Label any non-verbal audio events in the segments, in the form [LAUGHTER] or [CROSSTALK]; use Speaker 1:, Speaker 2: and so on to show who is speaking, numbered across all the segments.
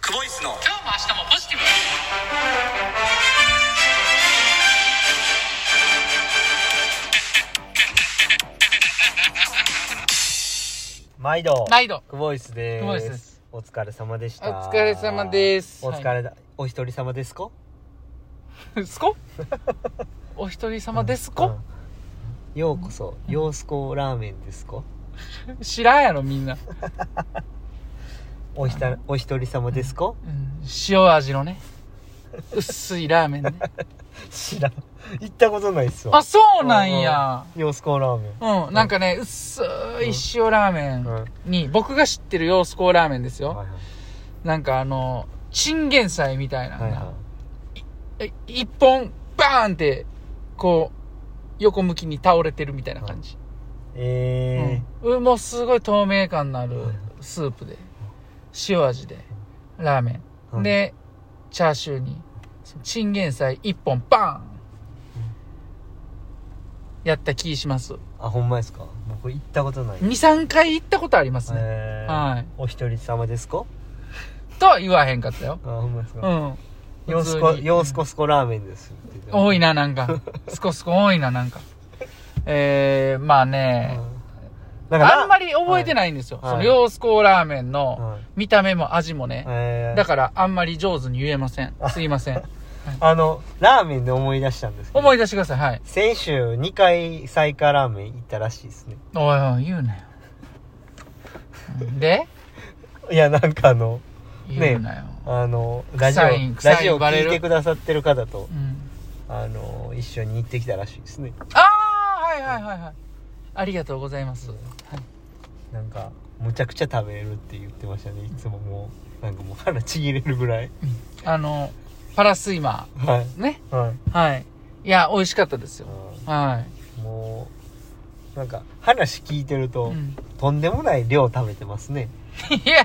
Speaker 1: クボイスの
Speaker 2: 今日も明日もポジティブ
Speaker 3: 毎度
Speaker 2: 毎度
Speaker 3: クボイスです
Speaker 2: クボイスです
Speaker 3: お疲れ様でした
Speaker 2: お疲れ様です
Speaker 3: お疲れだ、お一人様ですか [LAUGHS]
Speaker 2: すこお一人様ですこ、
Speaker 3: うんようこそようすこラーメンですか
Speaker 2: 知らんやろみんな、
Speaker 3: おひたお一人様ですか
Speaker 2: うん、塩味のね薄いラーメンね
Speaker 3: 知らん行ったことないっすわ
Speaker 2: あそうなんや
Speaker 3: ようすこラーメン
Speaker 2: うんなんかね薄い塩ラーメンに僕が知ってる洋子コラーメンですよ、
Speaker 3: はいはい
Speaker 2: なんかあのチンゲン菜みたいな、
Speaker 3: はいは
Speaker 2: え一本バーンってこう横向きに倒れてるみたいな感じ、
Speaker 3: いえ
Speaker 2: うん、もうすごい透明感のある
Speaker 3: はいはい
Speaker 2: スープで塩味でラーメン、
Speaker 3: はい
Speaker 2: でチャーシューにチンゲン菜1本バーンやった気します
Speaker 3: ー、あほんまですか僕行ったことない
Speaker 2: 23回行ったことありますね、
Speaker 3: え
Speaker 2: はい
Speaker 3: お一人様ですか
Speaker 2: とは言わへんかったよ
Speaker 3: あほんまです
Speaker 2: う
Speaker 3: か
Speaker 2: ん
Speaker 3: ようすこ
Speaker 2: 普通に
Speaker 3: ようすこすこラーメンですって言って
Speaker 2: 多いななんかすこすこ多いななんかえー、まあ
Speaker 3: うん
Speaker 2: ね、
Speaker 3: なんか
Speaker 2: あんまり覚えてないんですよ、
Speaker 3: はい
Speaker 2: その洋子コーラーメンの
Speaker 3: はい
Speaker 2: 見た目も味もね、
Speaker 3: えー
Speaker 2: だからあんまり上手に言えません。すいません。
Speaker 3: あの、ラーメンで思い出したんですけど。
Speaker 2: 思い出してください。はい。
Speaker 3: 先週2回サイカラーメン行ったらしいですね。
Speaker 2: おいおい、言うなよ。で
Speaker 3: いや、なんかあの、
Speaker 2: 言うなよ。
Speaker 3: あの、ラジオ、
Speaker 2: 臭い臭い
Speaker 3: ラジオ
Speaker 2: バレ
Speaker 3: 聞
Speaker 2: る
Speaker 3: いてくださってる方と
Speaker 2: う、ん、
Speaker 3: あの、一緒に行ってきたらしいですね。
Speaker 2: ああはいはいはいはい。ありがとうございます。はい、
Speaker 3: なんか、むちゃくちゃ食べれるって言ってましたね。いつももう、なんかもう腹ちぎれるぐらい。
Speaker 2: あの、パラスイマ
Speaker 3: はい。
Speaker 2: ー。ね。
Speaker 3: はい。
Speaker 2: はい。いや、美味しかったですよ。
Speaker 3: う
Speaker 2: は
Speaker 3: んもう、なんか、話聞いてる
Speaker 2: い。
Speaker 3: と、
Speaker 2: うん、
Speaker 3: とんでもない量食べてますね。
Speaker 2: いや、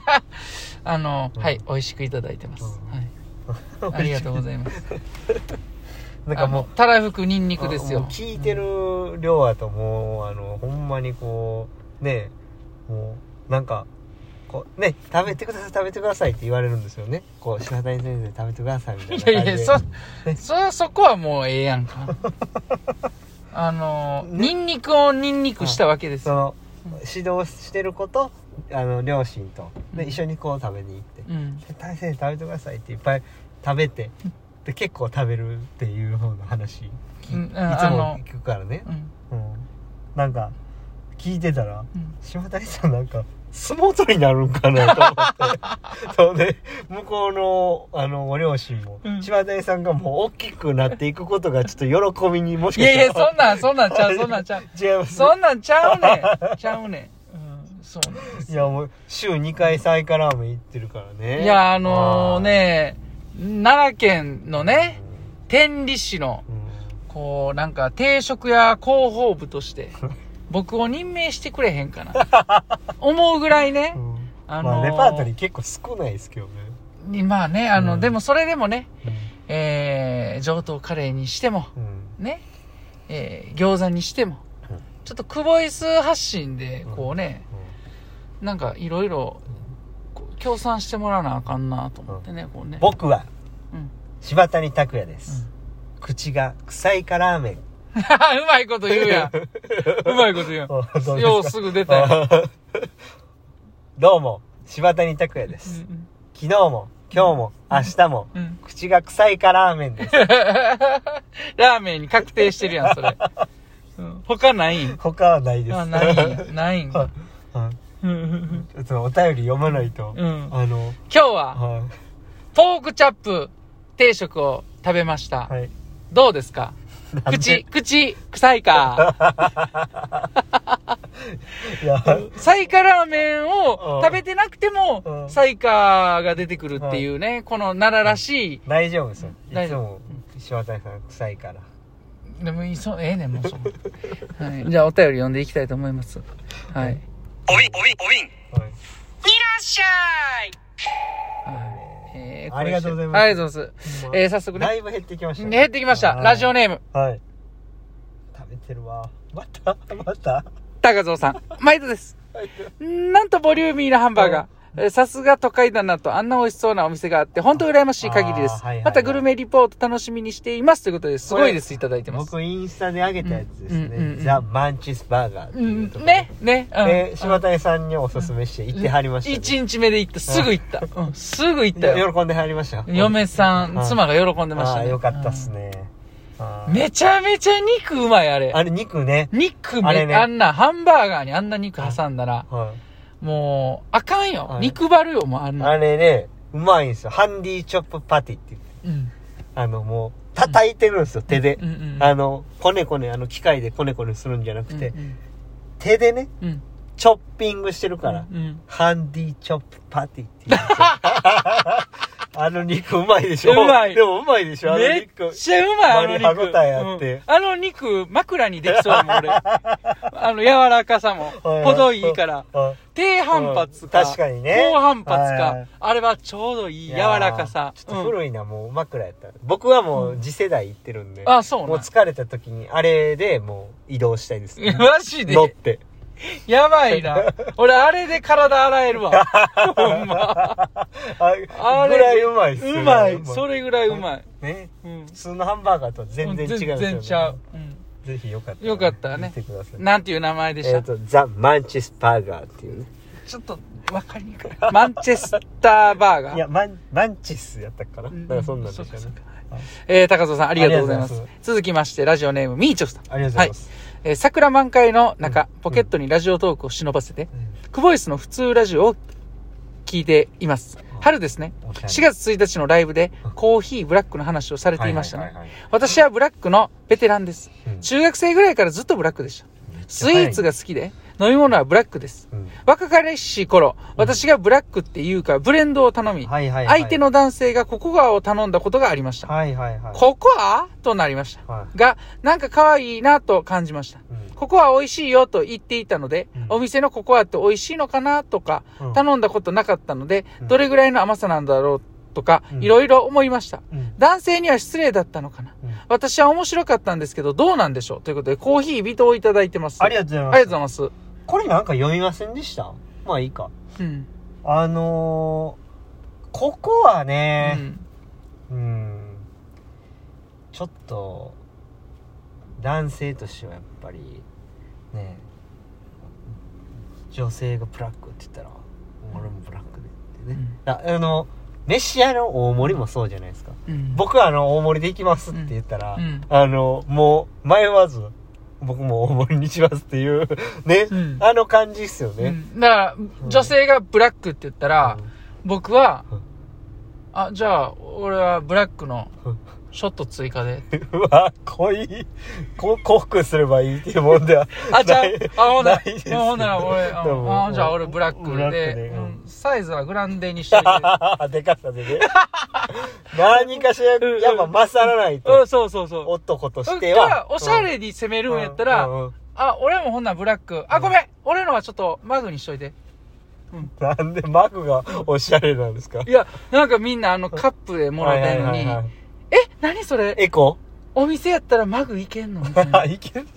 Speaker 2: あの、
Speaker 3: うん
Speaker 2: はい、美味しくいただいてます。
Speaker 3: うん
Speaker 2: はい。ありがとうございます。
Speaker 3: [LAUGHS] なん
Speaker 2: あ
Speaker 3: かもう
Speaker 2: の、、たらふくにんにくです
Speaker 3: あ
Speaker 2: よ
Speaker 3: もう。聞いてる量やともう、あの、ほんまにこう、ねえ、もう、なんか、こう、ね、食べてください、食べてくださいって言われるんですよね。こう、白谷先生食べてくださいみたいな感
Speaker 2: い
Speaker 3: じで。
Speaker 2: やいや、そ、そ、そこはもうええや
Speaker 3: [LAUGHS]
Speaker 2: んか。あの、ニンニクをニンニクしたわけです
Speaker 3: そ
Speaker 2: よ。
Speaker 3: の、指導してること、あの、両親と、で、
Speaker 2: うん
Speaker 3: 一緒にこう食べに行って、
Speaker 2: うん。
Speaker 3: 白谷先生食べてくださいっていっぱい食べて、で、結構食べるっていう方の話、きいつ
Speaker 2: うん
Speaker 3: も
Speaker 2: あの
Speaker 3: 聞くからね
Speaker 2: う。ん。
Speaker 3: うん。なんか、聞いてたら、
Speaker 2: うん
Speaker 3: 島谷さんなんか相撲取りになるんかなと思ってそう
Speaker 2: [LAUGHS]
Speaker 3: で向こうのあのご両親も、
Speaker 2: うん
Speaker 3: 島谷さんがもう大きくなっていくことがちょっと喜びにもし
Speaker 2: い
Speaker 3: かしたら
Speaker 2: やいや、そんなん、そんなんちゃ
Speaker 3: [LAUGHS]
Speaker 2: う、そんなんちゃう。
Speaker 3: 違います
Speaker 2: そんなんちゃうねん。ちゃうねん。うん、そうなんです
Speaker 3: いやもう週2回イカラーメン行ってるからね
Speaker 2: いや、あの
Speaker 3: ー
Speaker 2: ね、奈良県のね、天理市の、
Speaker 3: うん
Speaker 2: こう、なんか、定食屋広報部
Speaker 3: [LAUGHS]
Speaker 2: として、僕を任命してくれへんかな。思うぐらいね
Speaker 3: う、んうん
Speaker 2: あ
Speaker 3: ま
Speaker 2: の
Speaker 3: あレパートリー結構少ないですけどね、
Speaker 2: にまあね、あの、
Speaker 3: うん
Speaker 2: でもそれでもね、
Speaker 3: う
Speaker 2: えー、上等カレーにしても、
Speaker 3: ん
Speaker 2: ね、えー、餃子にしても、
Speaker 3: うん
Speaker 2: ちょっとクボイス発信で
Speaker 3: う、ん
Speaker 2: こうね、
Speaker 3: う
Speaker 2: なんかいろいろ、こう協賛してもらわなあかんなと思ってね、こうね
Speaker 3: ん。僕は
Speaker 2: うん。 [LAUGHS]
Speaker 3: 柴谷拓也です、口が臭いからラーメン
Speaker 2: うまいこと言う
Speaker 3: [LAUGHS]
Speaker 2: やん。うまいこと言う
Speaker 3: あどうです
Speaker 2: やん。
Speaker 3: か
Speaker 2: ようすぐ出たよ。
Speaker 3: [LAUGHS] どうも、柴谷拓也で
Speaker 2: う
Speaker 3: す。
Speaker 2: ん
Speaker 3: 昨日も、今日も、明日も、
Speaker 2: うんうん [LAUGHS]
Speaker 3: 口が臭いからラーメンです。
Speaker 2: ラーメンに確定してるやん、それ。うん他ないん
Speaker 3: 他 [LAUGHS] はないです。
Speaker 2: あ、ないんや。ないんや。
Speaker 3: うん
Speaker 2: うん
Speaker 3: ちょっとお便り読まないと、
Speaker 2: うん
Speaker 3: あの、
Speaker 2: 今日は、
Speaker 3: は
Speaker 2: ポークチャップ定食を食べました。
Speaker 3: いはい。
Speaker 2: どうですか
Speaker 3: なんで
Speaker 2: 口、口、臭
Speaker 3: [LAUGHS]
Speaker 2: いか。
Speaker 3: いや、
Speaker 2: サイカラーメンを
Speaker 3: うん
Speaker 2: 食べてなくても
Speaker 3: う、ん
Speaker 2: サイカが出てくるっていうね、この奈良らしい。
Speaker 3: 大丈夫ですよ。い
Speaker 2: 大
Speaker 3: つ
Speaker 2: 丈
Speaker 3: も、柴谷さん臭いから。
Speaker 2: でもいい、そう、ええねん、もうそん
Speaker 3: [LAUGHS]
Speaker 2: なはい。じゃあお便り読んでいきたいと思います。はい。
Speaker 1: おびんおびんおびん
Speaker 3: はい。
Speaker 2: いらっしゃいえー
Speaker 3: ありがとうございます
Speaker 2: ありがとうございます。えー、早速
Speaker 3: だ
Speaker 2: ね。
Speaker 3: いぶ減ってきましたね。
Speaker 2: 減ってきました。
Speaker 3: はい
Speaker 2: ラジオネーム、
Speaker 3: はい。食べてるわ。またまた
Speaker 2: [LAUGHS] 高蔵さん。毎度です。なんとボリューミーなハンバーガー。えさすが都会だなと、あんな美味しそうなお店があって、本当羨ましい限りで
Speaker 3: あー
Speaker 2: す
Speaker 3: はいはいは。い
Speaker 2: またグルメリポート楽しみにしていますということです。すごいです、いただいてます。
Speaker 3: 僕インスタで上げたやつですね、
Speaker 2: うんうんうんうん
Speaker 3: ザ・マンチスバーガーって
Speaker 2: う
Speaker 3: いうんとこ、ろ
Speaker 2: ね、ね、うん。
Speaker 3: で柴谷さんにおすすめして行ってはりました、
Speaker 2: 一日目で行った。すぐ行った。うん、すぐ行ったよ。
Speaker 3: 喜んではりました
Speaker 2: 嫁さん、
Speaker 3: はい
Speaker 2: 妻が喜んでました
Speaker 3: ああ
Speaker 2: ね。
Speaker 3: よかったっすね、あ
Speaker 2: う
Speaker 3: ー
Speaker 2: ん。めちゃめちゃ肉うまい、あれ。
Speaker 3: あれ肉ね、
Speaker 2: 肉め
Speaker 3: あれね
Speaker 2: あんな、ハンバーガーにあんな肉挟んだら、
Speaker 3: は
Speaker 2: もう、あかんよ
Speaker 3: は。い
Speaker 2: 肉バルよ、もうあん
Speaker 3: い、
Speaker 2: な。
Speaker 3: あれねうまいんですよハンディチョップパティっていう
Speaker 2: うん。
Speaker 3: あのもう叩いてるんですよ、手で
Speaker 2: う、んうん。
Speaker 3: あのこねこねあの機械でこねこねするんじゃなくて、
Speaker 2: うん
Speaker 3: 手でね
Speaker 2: うん。うん。
Speaker 3: チョッピングしてるから、
Speaker 2: うん。
Speaker 3: ハンディチョップパティって言うんですよ
Speaker 2: [LAUGHS]
Speaker 3: あの肉うまいでしょ
Speaker 2: うまい
Speaker 3: でもうまいでしょあの
Speaker 2: めっ
Speaker 3: 肉。
Speaker 2: ちゃうまい、あの肉。
Speaker 3: あれ歯応えあって
Speaker 2: うんあの肉、枕にできそうやもん、
Speaker 3: [LAUGHS]
Speaker 2: 俺。あの、柔らかさも、
Speaker 3: はいはい
Speaker 2: 程いいから。
Speaker 3: あ
Speaker 2: 低反発か。
Speaker 3: うん確かにね
Speaker 2: 高反発
Speaker 3: はいは
Speaker 2: か
Speaker 3: い。
Speaker 2: あれはちょうどいい、
Speaker 3: い
Speaker 2: 柔
Speaker 3: やー
Speaker 2: らかさ。
Speaker 3: ちょっと古いな、もう枕やった。僕はもう次世代行ってるんで。
Speaker 2: あそうなん
Speaker 3: もう疲れた時に、あれでもう移動したいです。
Speaker 2: うん [LAUGHS] マジで
Speaker 3: 乗
Speaker 2: [LAUGHS]
Speaker 3: って。
Speaker 2: やばいな。俺、あれで体洗え
Speaker 3: [LAUGHS]
Speaker 2: るわ。ほんま。
Speaker 3: あれ
Speaker 2: あれ
Speaker 3: ぐらいうまいっすよね
Speaker 2: うまい。そ。れぐらいうまい。
Speaker 3: ね。
Speaker 2: うん。
Speaker 3: 普通のハンバーガーとは全然違うんですよ、ね。
Speaker 2: 全然ちゃう。うん
Speaker 3: ぜひよかったら、
Speaker 2: よかったらね
Speaker 3: 見てください。
Speaker 2: なんていう名前でし
Speaker 3: え
Speaker 2: た、
Speaker 3: っ、と、ザ・マンチスバーガーっていうね。
Speaker 2: ちょっと、わかりにくい。マンチェスターバーガ
Speaker 3: い
Speaker 2: ー
Speaker 3: や、。マン、マンチスやったっかな。
Speaker 2: うん
Speaker 3: なんかそんなんでしたね
Speaker 2: そうか。えー、高蔵さん、ありがとうございま
Speaker 3: あり
Speaker 2: す。
Speaker 3: がとうござい
Speaker 2: 続きまして、ラジオネーム、みーちょさん。
Speaker 3: ありがとうございます。
Speaker 2: えー桜満開の中、
Speaker 3: うん
Speaker 2: ポケットにラジオトークを忍ばせて、
Speaker 3: うん
Speaker 2: クボイスの普通ラジオを聞いています。春ですね。
Speaker 3: おしゃれ
Speaker 2: 4月1日のライブで
Speaker 3: うん、
Speaker 2: コーヒー、ブラックの話をされていました
Speaker 3: は
Speaker 2: ね
Speaker 3: い。はいはい
Speaker 2: 私はブラックのベテランです。
Speaker 3: うん
Speaker 2: 中学生ぐらいからずっとブラックでした。スイーツが好きで、飲み物はブラックです。
Speaker 3: うん
Speaker 2: 若かりし頃、私がブラックっていうか、ブレンドを頼み、
Speaker 3: はいはいはい
Speaker 2: 相手の男性がココアを頼んだことがありました。
Speaker 3: はいはいはい。
Speaker 2: ココアとなりました。
Speaker 3: はい
Speaker 2: が、なんか可愛いなと感じました。ココア美味しいよと言っていたので、
Speaker 3: うん
Speaker 2: お店のココアって美味しいのかなとか、
Speaker 3: うん
Speaker 2: 頼んだことなかったので、
Speaker 3: うん
Speaker 2: どれぐらいの甘さなんだろうとか、
Speaker 3: うん
Speaker 2: いろいろ思いました。
Speaker 3: うんうん
Speaker 2: 男性には失礼だったのかな。
Speaker 3: うん
Speaker 2: 私は面白かったんですけど、どうなんでしょうということで、コーヒー微糖をいただいてます。
Speaker 3: ありがとうございます。
Speaker 2: ありがとうございます。
Speaker 3: これなんか読みませんでしたまあいいか。
Speaker 2: うん。
Speaker 3: あのー、ここは
Speaker 2: う
Speaker 3: ね、
Speaker 2: ん
Speaker 3: うん、ちょっと、男性としてはやっぱり、ね、女性がブラックって言ったら、俺もブラックでってね。ああの、飯屋の大盛りもそうじゃないですか。
Speaker 2: うん、
Speaker 3: 僕はあの、大盛りで行きますって言ったら、
Speaker 2: うん
Speaker 3: あの、もう、迷わず、僕も大盛りにしますっていう、ね、
Speaker 2: うん
Speaker 3: あの感じっすよ
Speaker 2: う
Speaker 3: ね。
Speaker 2: んだから、女性がブラックって言ったら、僕は、あ、じゃあ、俺はブラックの
Speaker 3: うん
Speaker 2: ショット追
Speaker 3: [LAUGHS]
Speaker 2: 加で。
Speaker 3: [LAUGHS] うわ、濃い、こ濃くすればいいっていうもんでは
Speaker 2: あ、じゃあ
Speaker 3: ない、
Speaker 2: あ、ほんな
Speaker 3: ないですけど
Speaker 2: ら、ほんなら俺、うん
Speaker 3: でも
Speaker 2: あ、じゃあ俺ブラック
Speaker 3: ブ
Speaker 2: で、
Speaker 3: ラックで
Speaker 2: うんサイズはグランデにし
Speaker 3: [LAUGHS]
Speaker 2: といて。
Speaker 3: でかさでね。何かしら、
Speaker 2: うん
Speaker 3: やっぱ勝らない
Speaker 2: うん、
Speaker 3: と、
Speaker 2: そうそうそう。
Speaker 3: 男と
Speaker 2: だ
Speaker 3: し
Speaker 2: か
Speaker 3: ては
Speaker 2: ら。おしゃれに攻めるんやったら、
Speaker 3: うんうんうん
Speaker 2: あ、俺もほんならブラック。あ、ごめん、俺のはちょっとマグにしといて。
Speaker 3: なんでマグがおしゃれなんですか
Speaker 2: いや、なんかみんなあのカップでもらってんの
Speaker 3: はいはいはいは
Speaker 2: に
Speaker 3: い、
Speaker 2: え、何それ
Speaker 3: エコ
Speaker 2: お店やったらマグいけんのみたい
Speaker 3: [LAUGHS] 。
Speaker 2: な
Speaker 3: いける、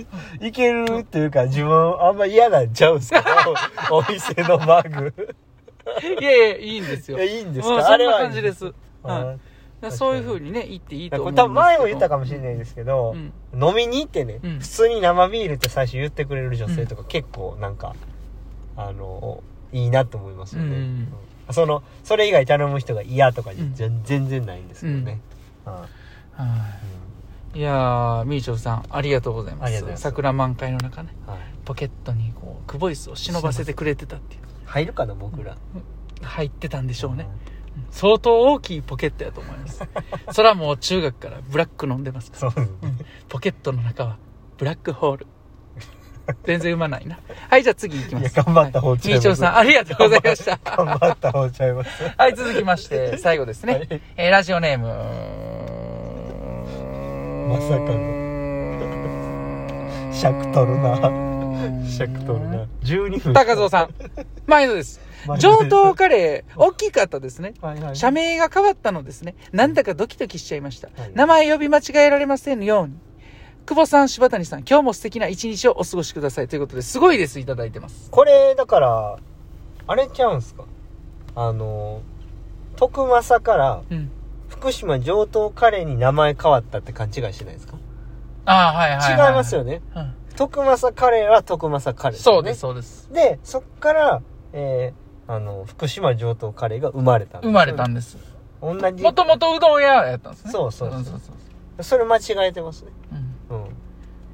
Speaker 3: いけるっていうか、自分あんま嫌なんちゃうんす
Speaker 2: [LAUGHS]
Speaker 3: かおお店のマグ。
Speaker 2: いやいや、いいんです
Speaker 3: い
Speaker 2: よ。
Speaker 3: や、いいんです
Speaker 2: うん
Speaker 3: か
Speaker 2: そ
Speaker 3: あ
Speaker 2: ん
Speaker 3: れ
Speaker 2: な
Speaker 3: はいい
Speaker 2: 感じです。はいだ
Speaker 3: あ
Speaker 2: からそういう風にね、言っていい
Speaker 3: ー
Speaker 2: と
Speaker 3: こ
Speaker 2: 思
Speaker 3: れ
Speaker 2: うんで
Speaker 3: 多
Speaker 2: すけ
Speaker 3: 分
Speaker 2: ど。
Speaker 3: 前も言ったかもしれないですけど
Speaker 2: う、ん。
Speaker 3: 飲みに行ってね、
Speaker 2: うん
Speaker 3: 普通に生ビールって最初言ってくれる女性とか結構なんか、あの、いいなと思いますよね。
Speaker 2: うん
Speaker 3: うんその、それ以外頼む人が嫌とか
Speaker 2: うん
Speaker 3: じゃ全然ないんですけどね。うん
Speaker 2: はいいやー、みーちょさん、ありがとうございま
Speaker 3: ありが
Speaker 2: す
Speaker 3: とうござい。ます
Speaker 2: 桜満開の中ね、
Speaker 3: はい
Speaker 2: ポケットにこう、クボイスを忍ばせてくれてたっていう。
Speaker 3: 入るかな、僕ら。
Speaker 2: 入ってたんでしょうね。うん相当大きいポケットやと思い [LAUGHS] ます。それはもう中学からブラック飲んでますか
Speaker 3: そうですね。
Speaker 2: ら。ポケットの中は、ブラッ
Speaker 3: [LAUGHS]
Speaker 2: クホール。全然読まないな。はい、じゃあ次行きま
Speaker 3: いや、
Speaker 2: す。
Speaker 3: 頑張った方
Speaker 2: みーちょさん、ありがとうございま [LAUGHS] した。
Speaker 3: 頑張った方ちゃいます。
Speaker 2: はい、続きまして、最後ですね。
Speaker 3: はい
Speaker 2: えーラジオネーム。
Speaker 3: まさかの。尺取るな。尺取るな。12分。
Speaker 2: 高蔵さん。毎度です。
Speaker 3: 毎度です
Speaker 2: 上等カレー、大きかったですね。
Speaker 3: はいはい
Speaker 2: 社名が変わったのですね。なんだかドキドキしちゃいました
Speaker 3: はい。
Speaker 2: 名前呼び間違えられませんように。久保さん、柴谷さん、今日も素敵な一日をお過ごしください。ということで、すごいです。いただいてます。
Speaker 3: これ、だから、あれちゃうんすかあの徳政から
Speaker 2: うん。
Speaker 3: 福島上等カレーに名前変わったって勘違いしてないですか、
Speaker 2: ああ、はいはいは
Speaker 3: 違
Speaker 2: い、
Speaker 3: いますよね
Speaker 2: うん。
Speaker 3: 徳政カレーは徳政カレー、ね、
Speaker 2: そうです、そうです。
Speaker 3: でそっから、えーあの福島上等カレーが生まれたんです
Speaker 2: 生
Speaker 3: よ
Speaker 2: まれたんです。
Speaker 3: 同じ
Speaker 2: もともとうどん屋やったんですね。
Speaker 3: そうそうそう
Speaker 2: そうそう
Speaker 3: それ間違えてますね
Speaker 2: そううん
Speaker 3: うん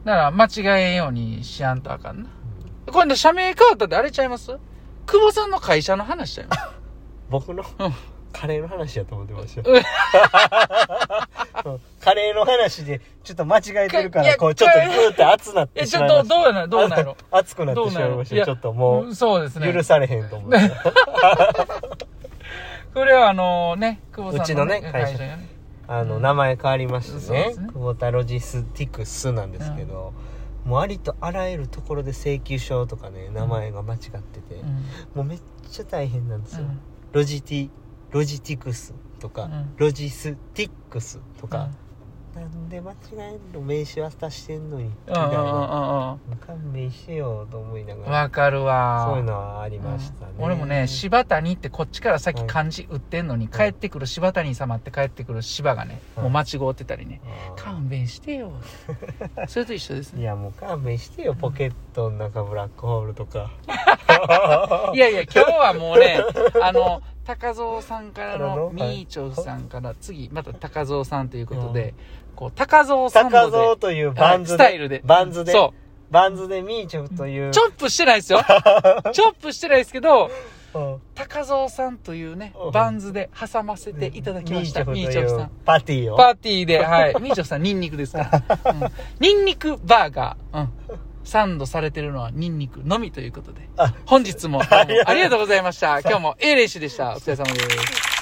Speaker 2: だから、間違えんようにしやんとあかんな。これね、社名変わったってあれちゃいます久保さんの会社の話ちゃい
Speaker 3: [LAUGHS]
Speaker 2: ます。
Speaker 3: 僕の
Speaker 2: うん
Speaker 3: カレーの話やと思ってました [LAUGHS]
Speaker 2: うん
Speaker 3: うんカレーの話でちょっと間違えてるか
Speaker 2: いや
Speaker 3: らこうちょっとグーって熱なっ
Speaker 2: え、
Speaker 3: てし
Speaker 2: ちょ
Speaker 3: ま
Speaker 2: っ
Speaker 3: いま
Speaker 2: と、
Speaker 3: し
Speaker 2: どうやな、どうなんやろ
Speaker 3: た熱くなってしまいまし
Speaker 2: どうなんやろいや
Speaker 3: たちょっとも
Speaker 2: う
Speaker 3: うん
Speaker 2: そうですね。
Speaker 3: 許されへんと思って
Speaker 2: これはあのね、久保さんの、
Speaker 3: うちのね会社
Speaker 2: がね。
Speaker 3: あ
Speaker 2: う
Speaker 3: の
Speaker 2: ん
Speaker 3: 名前変わりまして
Speaker 2: そうで
Speaker 3: ね
Speaker 2: すね
Speaker 3: 久保田ロジスティクスなんですけど、もうありとあらゆるところで請求書とかね名前が間違ってて、
Speaker 2: うん
Speaker 3: もうめっちゃ大変なんですよ、
Speaker 2: うん
Speaker 3: ロジティロジティクスとか、
Speaker 2: うん
Speaker 3: ロジスティックスとか、なんで間違えんの名刺渡してんのにみ
Speaker 2: う
Speaker 3: たい
Speaker 2: んうんうん
Speaker 3: な、
Speaker 2: うんうん
Speaker 3: 勘弁してよと思いながら
Speaker 2: わかるわ。
Speaker 3: そういうのはありましたね、
Speaker 2: うん俺もね、柴谷ってこっちからさっき漢字売ってんのに、
Speaker 3: ん
Speaker 2: 帰ってくる柴谷様って帰ってくる柴がね、
Speaker 3: うん
Speaker 2: もう間違ってたりね。
Speaker 3: あー
Speaker 2: 勘弁して
Speaker 3: [LAUGHS]
Speaker 2: よ。それと一緒です
Speaker 3: い
Speaker 2: ね。
Speaker 3: やもう勘弁してよポケットの中ブラックホールと
Speaker 2: [LAUGHS]
Speaker 3: か
Speaker 2: いやいや、今日はもうね、あの、高蔵さんから
Speaker 3: から
Speaker 2: の、
Speaker 3: のはい
Speaker 2: みーちょさんから、次、また高蔵さんということ
Speaker 3: う
Speaker 2: で、こう、高蔵さん
Speaker 3: 高
Speaker 2: の
Speaker 3: 蔵
Speaker 2: で
Speaker 3: という
Speaker 2: は
Speaker 3: バン
Speaker 2: い、
Speaker 3: ズ
Speaker 2: ス
Speaker 3: で、
Speaker 2: タイルで。
Speaker 3: バンズで
Speaker 2: そう。
Speaker 3: バンズでミーチョフという
Speaker 2: チョップしてないで
Speaker 3: [LAUGHS]
Speaker 2: すよ。チョップしてないですけど、
Speaker 3: うん
Speaker 2: 高蔵さんというね
Speaker 3: う、ん
Speaker 2: バンズで挟ませていただきました。
Speaker 3: ミ
Speaker 2: ミ
Speaker 3: ー
Speaker 2: ー
Speaker 3: チ
Speaker 2: チョ
Speaker 3: ョフ
Speaker 2: フ
Speaker 3: と
Speaker 2: さ
Speaker 3: いう。
Speaker 2: ん
Speaker 3: パティを
Speaker 2: パーティーで、はい。 [LAUGHS] ミーチョフさん、ニンニクですから。うんニンニクバーガー。うん。サンドされてるのはニンニクのみということで
Speaker 3: あ。
Speaker 2: 本日もどうもありがとうございました。今日も A レイシでした。お疲れ様です。